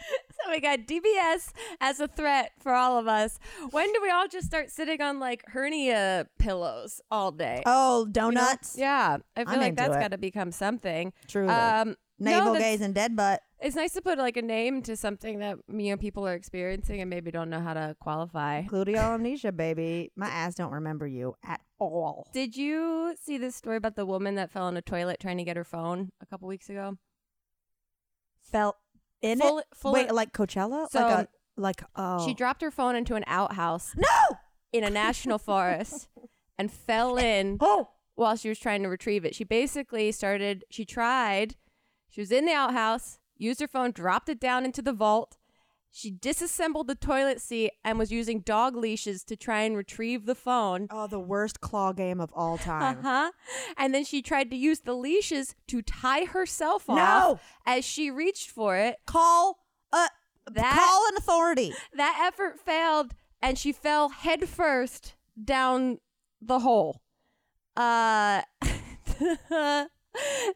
C: [LAUGHS] so we got DBS as a threat for all of us. When do we all just start sitting on like hernia pillows all day?
E: Oh, donuts,
C: Yeah, I feel
E: I'm
C: like
E: into
C: that's
E: it.
C: got to become something.
E: Truly.
C: Um, no,
E: navel
C: that's-
E: gaze, and dead butt.
C: It's nice to put like a name to something that you know people are experiencing and maybe don't know how to qualify.
E: Gluteal amnesia, baby. My eyes don't remember you at all.
C: Did you see this story about the woman that fell in a toilet trying to get her phone a couple weeks ago?
E: Felt in
C: Full-
E: it.
C: full-
E: Wait, like Coachella?
C: So-
E: like a like oh.
C: She dropped her phone into an outhouse
E: no.
C: in a national forest and fell in
E: Oh.
C: while she was trying to retrieve it. She basically started, she tried, she was in the outhouse, used her phone, dropped it down into the vault. She disassembled the toilet seat and was using dog leashes to try and retrieve the phone.
E: Oh, the worst claw game of all
C: Uh
E: time.
C: [LAUGHS] huh. And then she tried to use the leashes to tie herself
E: No!
C: off as she reached for it.
E: Call a
C: That-
E: call an authority.
C: That effort failed, and she fell headfirst down the hole. Uh, [LAUGHS]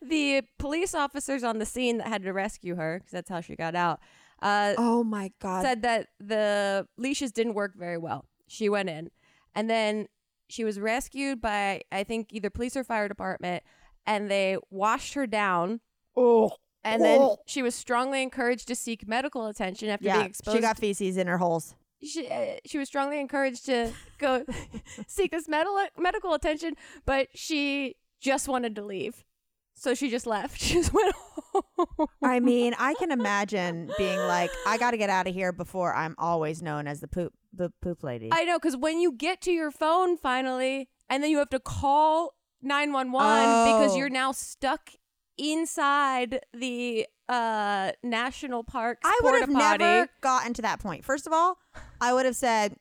C: the police officers on the scene that had to rescue her, because that's how she got out, uh,
E: Oh my god.
C: said that the leashes didn't work very well. She went in, and then she was rescued by I think either police or fire department, and they washed her down.
E: oh.
C: And then she was strongly encouraged to seek medical attention after
E: Yeah,
C: being exposed.
E: she got feces in her holes.
C: she, uh, she was strongly encouraged to
E: [LAUGHS]
C: go seek this medical medical attention, but she just wanted to leave, so she just left. [LAUGHS] She just went home.
E: I mean, I can imagine being like, I got to get out of here before I'm always known as the poop the poop lady.
C: I know, because when you get to your phone finally, and then you have to call 911 because
E: Oh.
C: you're now stuck inside the uh, national park.
E: I would have
C: porta-potty.
E: never gotten to that point. First of all, I would have said,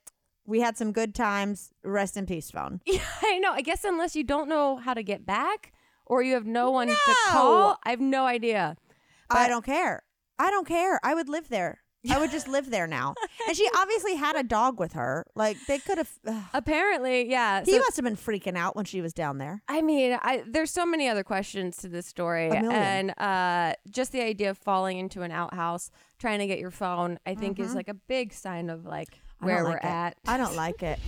E: "We had some good times. Rest in peace, phone."
C: [LAUGHS] Yeah, I know. I guess unless you don't know how to get back or you have no one to
E: No.
C: call, I have no idea.
E: I don't care. I don't care. I would live there. I would just live there
C: [LAUGHS]
E: now. And she obviously had a dog with her. Like they could have. [SIGHS] ugh.
C: Apparently, yeah.
E: He
C: so-
E: must have been freaking out when she was down there.
C: I mean, I, there's so many other questions to this story,
E: A million.
C: and uh, just the idea of falling into an outhouse trying to get your phone, I think, is like a big sign of like
E: Mm-hmm. I
C: where
E: don't
C: we're
E: like it.
C: at.
E: I don't like it.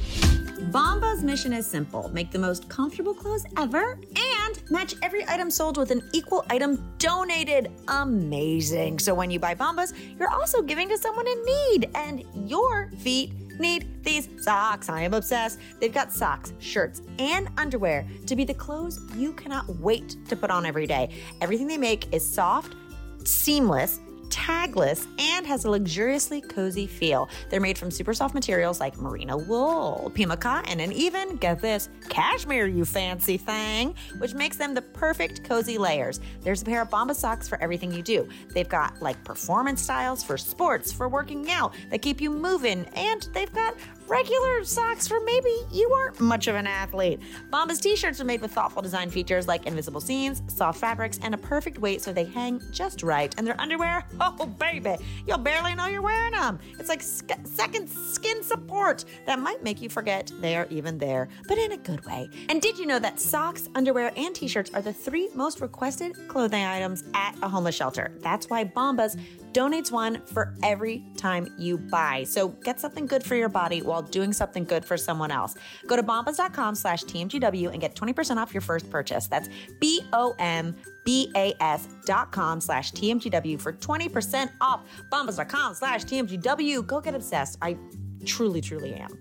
B: Bomba's mission is simple make the most comfortable clothes ever and match every item sold with an equal item donated. Amazing. So when you buy Bombas, you're also giving to someone in need, and your feet need these socks. I am obsessed. They've got socks, shirts, and underwear to be the clothes you cannot wait to put on every day. Everything they make is soft, seamless, tagless, and has a luxuriously cozy feel. They're made from super soft materials like merino wool, pima cotton, and even, get this, cashmere, you fancy thing, which makes them the perfect cozy layers. There's a pair of Bomba socks for everything you do. They've got like performance styles for sports, for working out, that keep you moving, and they've got regular socks for maybe you aren't much of an athlete. Bombas t shirts are made with thoughtful design features like invisible seams, soft fabrics, and a perfect weight so they hang just right. And their underwear, [LAUGHS] oh baby, you'll barely know you're wearing them. It's like sc- second skin support that might make you forget they're even there, but in a good way. And did you know that socks, underwear, and t shirts are the three most requested clothing items at a homeless shelter? That's why Bombas donates one for every time you buy. So get something good for your body while doing something good for someone else. Go to bombas.com slash TMGW and get 20% off your first purchase. That's B O M B A S dot com slash TMGW for 20% off. Bombas.com slash TMGW. Go get obsessed. I truly, truly am.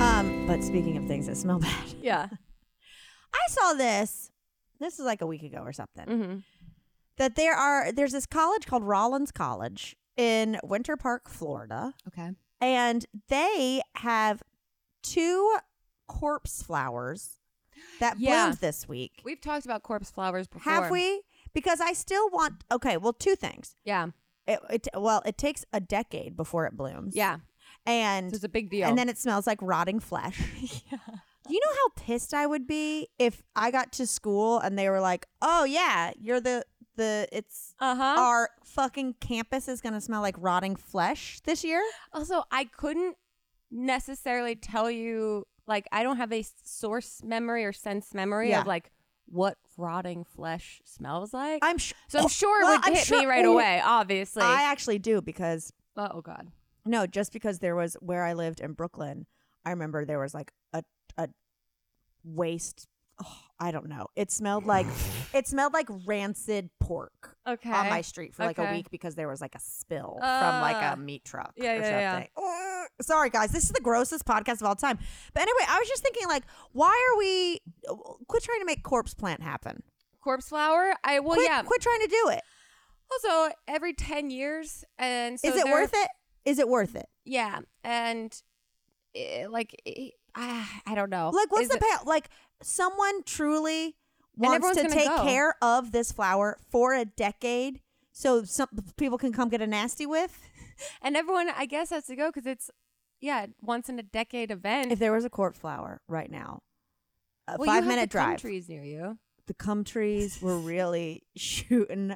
E: Um, but speaking of things that smell [LAUGHS] bad,
C: Yeah.
E: I saw this. This is like a week ago or something.
C: Mm-hmm.
E: That there are there's this college called Rollins College in Winter Park, Florida,
F: Okay.
E: and they have two corpse flowers that
C: Yeah.
E: bloomed this week.
C: We've talked about corpse flowers before.
E: Have we? Because I still want. Okay, well, two things.
C: Yeah.
E: It, it well, it takes a decade before it blooms.
C: Yeah.
E: and
C: So it's a big deal.
E: and then it smells like
C: [LAUGHS]
E: rotting flesh. [LAUGHS] You know how pissed I would be if I got to school and they were like, "Oh yeah, you're the the it's
C: uh huh.
E: our fucking campus is going to smell like rotting flesh this year."
C: Also, I couldn't necessarily tell you, like, I don't have a s- source memory or sense memory
E: Yeah.
C: of, like, what rotting flesh smells like.
E: I'm sh- Oh,
C: so I'm sure it
E: Well,
C: would
E: I'm
C: hit me
E: sure-
C: right
E: Ooh.
C: away, obviously.
E: I actually do because
C: oh, God.
E: no, just because there was where I lived in Brooklyn, I remember there was like a a waste oh, I don't know. It smelled like it smelled like rancid pork.
C: Okay.
E: on my street for like
C: Okay.
E: a week because there was like a spill from like
C: Ah.
E: a meat truck
C: Yeah,
E: or
C: yeah, yeah.
E: something. Ugh. sorry guys, this is the grossest podcast of all time. But anyway, I was just thinking like, why are we uh, quit trying to make corpse plant happen?
C: corpse flower? I, well,
E: quit,
C: yeah.
E: quit trying to do it.
C: Also, every 10 years. And so
E: Is it
C: there-
E: worth it? Is it worth it?
C: Yeah. And, eh, like, eh, I, I don't know.
E: Like, what's
C: Is
E: the
C: it-
E: payout? Like, someone truly
C: And
E: wants to
C: everyone's
E: take
C: gonna go.
E: care of this flower for a decade, so some people can come get a nasty with.
C: And everyone, I guess, has to go because it's, yeah, once in a decade event.
E: If there was a corpse flower right now, a
C: Well, you have
E: five minute
C: the cum
E: drive.
C: Trees near you.
E: the cum trees were really [LAUGHS] shooting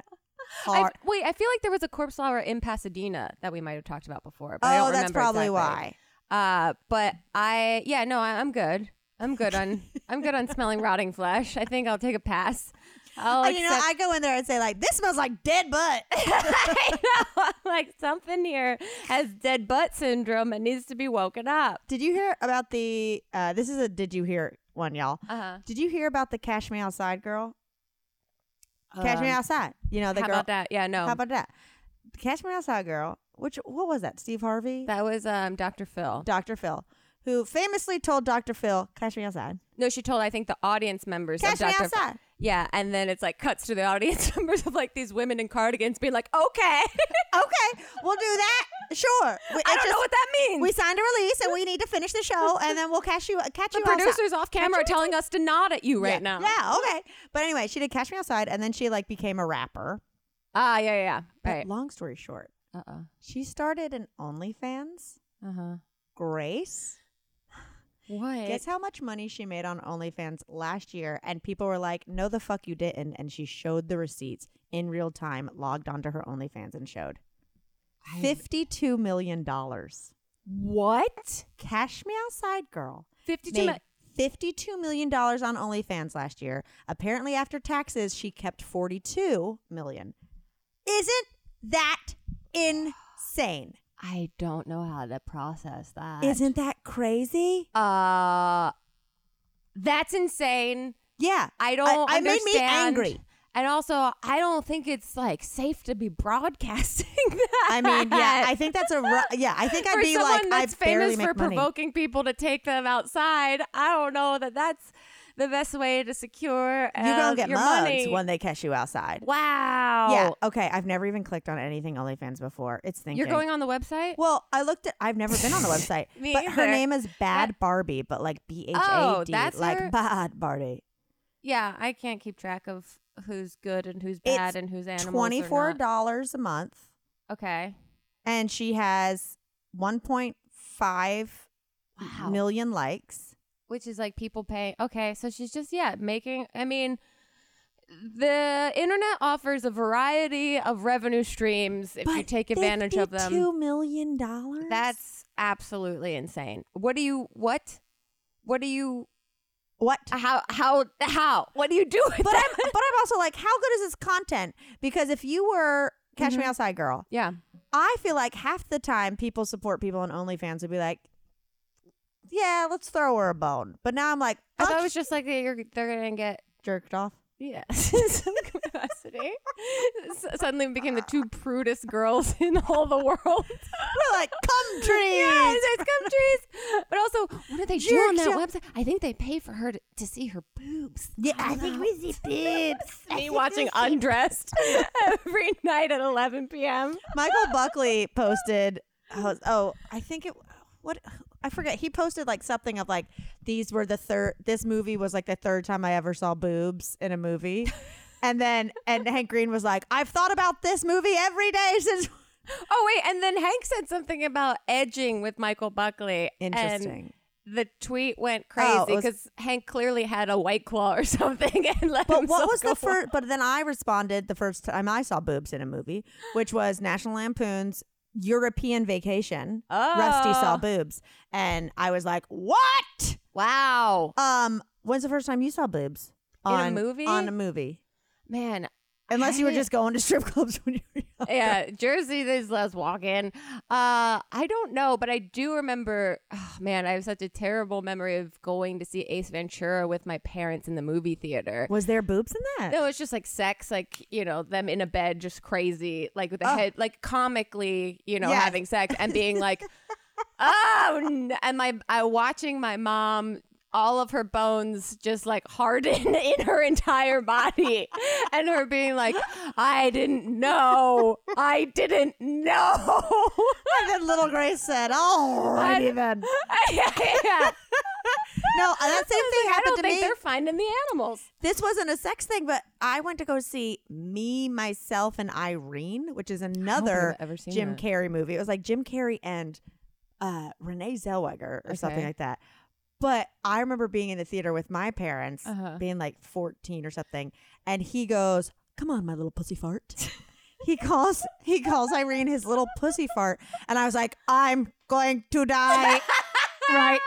C: I,
E: hard.
C: wait, I feel like there was a corpse flower in Pasadena that we might have talked about before. But I
E: oh,
C: don't
E: that's
C: remember
E: probably
C: exactly.
E: why.
C: Uh, but I, yeah, no, I, I'm good. I'm good
E: [LAUGHS]
C: on. I'm good on smelling rotting flesh. I think I'll take a pass. I'll
E: And, you know, I go in there and say like, "This smells like dead butt." [LAUGHS]
C: [LAUGHS] accept- I know, I'm like something here has dead butt syndrome and needs to be woken up.
E: did you hear about the? Uh, this is a did you hear one, y'all?
C: Uh-huh.
E: Did you hear about the Cash Me Outside girl? Cash Me Outside. You know the
C: Um, How
E: girl.
C: about that? Yeah, no,
E: How about that? The Cash Me Outside girl. Which what was that? Steve Harvey,
C: that was um, Dr. Phil.
E: Dr. Phil, who famously told Dr. Phil, "Cash Me Outside."
C: No, she told I think the audience members
E: Cash
C: of
E: me
C: Dr.
E: outside.
C: Yeah, and then it's like cuts to the audience [LAUGHS] members of like these women in cardigans being like, "Okay, [LAUGHS]
E: Okay, we'll do that. Sure. We-
C: I
E: it's
C: don't
E: just-
C: know what that means."
E: We signed a release, and we need to finish
C: [LAUGHS]
E: the show, and then we'll catch you. Catch
C: the
E: you outside.
C: producers off camera are telling us to nod at you right now.
E: yeah. Yeah, okay. But anyway, she did catch me outside, and then she like became a rapper.
C: Ah, yeah, yeah,
E: But
C: yeah. Right.
E: long story short,
C: Uh oh.
E: she started an OnlyFans.
C: Uh huh.
E: Grace,
C: What?
E: guess how much money she made on OnlyFans last year? And people were like, "No, the fuck you didn't!" And she showed the receipts in real time, logged onto her OnlyFans, and showed fifty-two million dollars.
C: what?
E: Cash me outside, girl.
C: Fifty-two.
E: made $52 million on OnlyFans last year. Apparently, after taxes, she kept $42 million. Isn't that [SIGHS] insane?
C: I don't know how to process that.
E: Isn't that crazy?
C: Uh, that's insane.
E: Yeah.
C: I don't.
E: I, I made me
C: understand.
E: angry.
C: And also, I don't think it's like safe to be broadcasting [LAUGHS] that.
E: I mean, yeah, I think that's a ru- yeah.
C: [LAUGHS]
E: I think I'd
C: for
E: be
C: someone
E: like,
C: that's
E: I barely
C: famous
E: make
C: for
E: money.
C: provoking people to take them outside, I don't know that that's the best way to secure uh,
E: You're gonna get
C: your
E: mugged
C: money.
E: when they catch you outside.
C: wow.
E: Yeah. Okay. I've never even clicked on anything OnlyFans before. It's thinking.
C: You're going on the website?
E: Well, I looked at. I've never been on
C: [LAUGHS]
E: the website.
C: Me
E: but her
C: either.
E: name is Bad Barbie, but like B H A
C: Oh,
E: D,
C: that's
E: like
C: her-
E: Bad Barbie.
C: yeah, I can't keep track of who's good and who's bad
E: It's
C: and who's animals. or
E: Twenty four
C: not.
E: dollars a month,
C: Okay.
E: and she has one point five million
C: Wow.
E: likes.
C: which is like people pay. Okay, so she's just yeah making. I mean, the internet offers a variety of revenue streams if you
E: But
C: take advantage of them.
E: $52 million dollars.
C: That's absolutely insane. What do you what? What do you
E: what.
C: how how how? What do you do with
E: [LAUGHS] But
C: that? [LAUGHS]
E: I'm but I'm also like, how good is this content? Because if you were Catch Me Outside Girl,
C: yeah.
E: I feel like half the time people support people on OnlyFans would be like, yeah, let's throw her a bone. But now I'm like,
C: I
E: oh,
C: thought it was just like that you're they're gonna get
E: jerked off.
C: yeah [LAUGHS] some capacity. [LAUGHS] S- suddenly we became the two prudest girls in all the world. [LAUGHS]
E: We're like, come trees.
C: Yeah, there's gum trees. But also, what do they do on
E: Jerks
C: that
E: out-
C: website? I think they pay for her to, to see her boobs.
E: Yeah, I think
C: [LAUGHS]
E: we see boobs.
C: Me watching [LAUGHS] Undressed
E: [LAUGHS]
C: every night at 11 p.m.
E: Michael Buckley posted. Oh, oh, I think it. What I forget. He posted like something of like these were the third. This movie was like the third time I ever saw boobs in a movie, and then and Hank Green was like, I've thought about this movie every day since. [LAUGHS]
C: Oh, wait. And then Hank said something about edging with Michael Buckley. and
E: Interesting.
C: the tweet went
E: Oh,
C: crazy
E: it was-
C: because Hank clearly had a white claw or [LAUGHS] something and let [LAUGHS]
E: But
C: himself
E: what was
C: go.
E: the first? But then I responded the first time I saw boobs in a movie, which was National Lampoon's European Vacation. Rusty saw
C: Oh.
E: boobs, and I was like, "What?
C: Wow.
E: Um, when's the first time you saw boobs
C: In a movie?
E: On a movie,
C: Man.
E: unless you were
C: I-
E: just going to strip clubs [LAUGHS] when you were young.
C: yeah, Jersey this last walk in. Uh, I don't know, but I do remember. Oh, man, I have such a terrible memory of going to see Ace Ventura with my parents in the movie theater.
E: Was there boobs in
C: [LAUGHS]
E: that? [LAUGHS]
C: No, it's just like sex, like you know, them in a bed, just crazy, like with the
E: Oh.
C: head, like comically, you know,
E: Yeah.
C: having sex and
E: [LAUGHS]
C: being like, oh, n-" and my, I watching my mom. All of her bones just like harden [LAUGHS] in her entire
E: [LAUGHS]
C: body, and her being like, "I didn't know, I didn't know." [LAUGHS]
E: And then little Grace said, "All
C: [LAUGHS]
E: righty then."
C: yeah.
E: No, that same thing
C: I
E: happened
C: don't
E: to
C: think
E: me.
C: they're finding the animals.
E: This wasn't a sex thing, but I went to go see Me, Myself, and Irene, which is another
C: I've ever seen
E: Jim
C: that.
E: Carrey movie. It was like Jim Carrey and uh, Renee Zellweger or something
C: Okay.
E: like that. But I remember being in the theater with my parents,
C: Uh-huh.
E: being like 14 or something, and he goes, "Come on, my little pussy fart." he calls he calls Irene his little pussy fart, and I was like, "I'm going to die right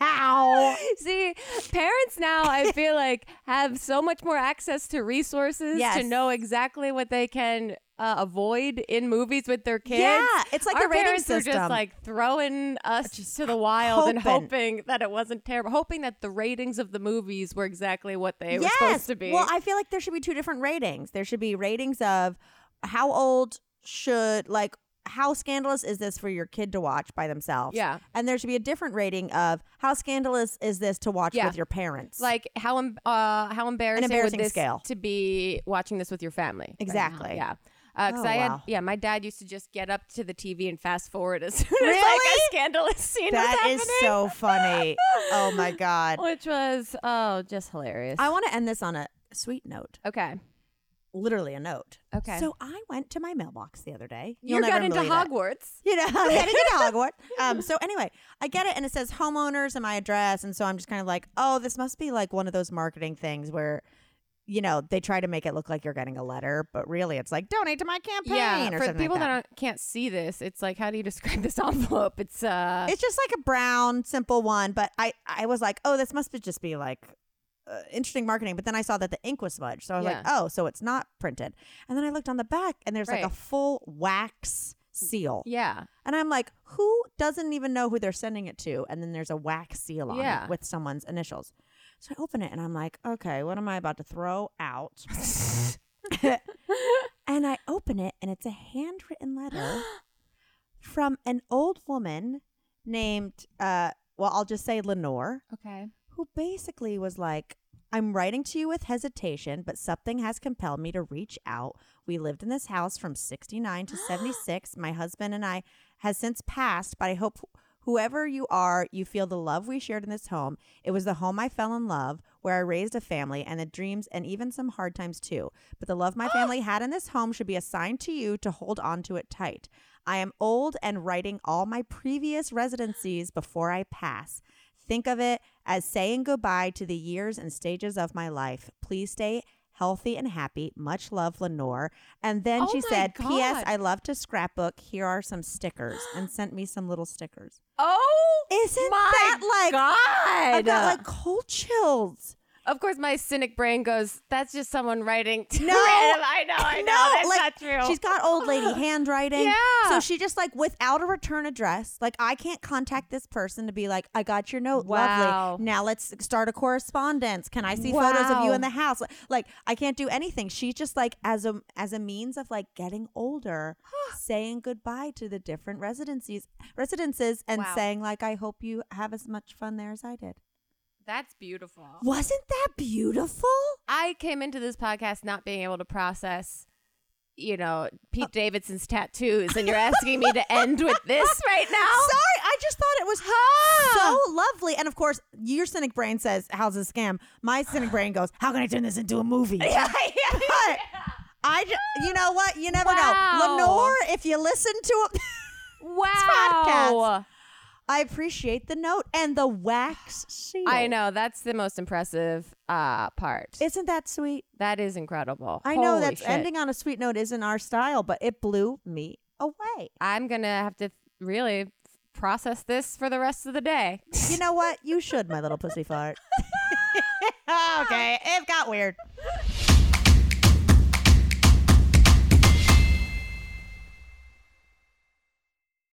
E: now."
C: [LAUGHS] See, parents now,
E: [LAUGHS]
C: I feel like, have so much more access to resources to
E: Yes.
C: know exactly what they can uh, avoid in movies with their kids.
E: Yeah, it's like
C: Our
E: the rating
C: parents are
E: system.
C: just like throwing us to the wild and
E: hoping.
C: hoping that it wasn't terrible, hoping that the ratings of the movies were exactly what they were supposed to be.
E: Well, I feel like there should be two different ratings. There should be ratings of how old should like how scandalous is this for your kid to watch by themselves?
C: Yeah.
E: And there should be a different rating of how scandalous is this to watch
C: Yeah.
E: with your parents.
C: like how em- uh, how embarrassing,
E: embarrassing
C: would this
E: scale.
C: to be watching this with your family? right now?
E: Exactly.
C: yeah. Because
E: Oh,
C: I had,
E: wow.
C: yeah, my dad used to just get up to the TV and fast forward as soon as like
E: Really?
C: a scandalous scene was
E: that
C: happening.
E: is
C: [LAUGHS]
E: so funny. oh my god.
C: which was oh just hilarious.
E: I want to end this on a sweet note.
C: okay,
E: Literally a note.
C: Okay.
E: So I went to my mailbox the other day.
C: you
E: You'll
C: got
E: never
C: into
E: believe it.
C: Hogwarts.
E: you know, [LAUGHS] I'm heading
C: [LAUGHS]
E: into Hogwarts. Um, so anyway, I get it, and it says homeowners and my address, and so I'm just kind of like, oh, this must be like one of those marketing things where, you know, they try to make it look like you're getting a letter, but really it's like donate to my campaign or
C: for
E: something
C: people
E: like
C: that,
E: that.
C: aren't, can't see this, it's like how do you [LAUGHS] describe this envelope? It's uh,
E: it's just like a brown, simple one, but I, I was like, oh, this must be just be like. Uh, interesting marketing, but then I saw that the ink was smudged, so I was like,
C: Yeah.
E: "Oh, so it's not printed." And then I looked on the back, and there's like
C: Right.
E: a full wax seal.
C: yeah,
E: And I'm like, who doesn't even know who they're sending it to? And then there's a wax seal on
C: Yeah.
E: it with someone's initials. So I open it and I'm like, okay, what am I about to throw out? [LAUGHS] and I open it and it's a handwritten letter from an old woman named, uh, well, I'll just say Lenore,
G: Okay.
E: who basically was like, I'm writing to you with hesitation, but something has compelled me to reach out. We lived in this house from 69 to 76. My husband and I has since passed, but I hope whoever you are, you feel the love we shared in this home. It was the home I fell in love, where I raised a family and the dreams and even some hard times too. But the love my family had in this home should be assigned to you to hold on to it tight. I am old and writing all my previous residencies before I pass. Think of it as saying goodbye to the years and stages of my life. Please stay healthy and happy. Much love, Lenore. And then
G: Oh
E: she
G: my
E: said, P.S.
G: God.
E: I love to scrapbook. Here are some stickers. And sent me some little stickers.
C: Oh,
E: Isn't
C: My
E: that like
C: God.
E: I got like cold chills.
C: Of course, my cynic brain goes, that's just someone writing. To [LAUGHS]
E: No.
C: random." I know, I know. that's
E: like,
C: not true.
E: She's got
C: [GASPS]
E: old lady handwriting.
C: Yeah.
E: So she just like without a return address, like I can't contact this person to be like, I got your note,
C: Wow.
E: lovely. Now let's start a correspondence. Can I see photos of you
C: Wow.
E: in the house? Like I can't do anything. She's just like as a as a means of like getting older, saying goodbye to the different residencies residences and
C: Wow.
E: saying like, I hope you have as much fun there as I did.
C: that's beautiful.
E: Wasn't that beautiful?
C: I came into this podcast not being able to process, you know, Pete
E: Uh,
C: Davidson's tattoos,
E: [LAUGHS]
C: and you're asking me to end with this right now?
E: Sorry, I just thought it was so lovely. And of course, your cynic brain says, "How's this scam?" My cynic brain goes, "How can I turn this into a
C: [LAUGHS]
E: movie?" But I, ju- you know what? You never
C: Wow.
E: know, Lenore. If you listen to it,
C: wow.
E: [LAUGHS] I appreciate the note and the wax seal.
C: I know. That's the most impressive uh, part.
E: Isn't that sweet?
C: that is incredible.
E: I know
C: Holy
E: that's
C: shit.
E: ending on a sweet note isn't our style, but it blew me away.
C: I'm going to have to really process this for the rest of the day.
E: You know what? You should, my little pussy fart. okay, it got weird.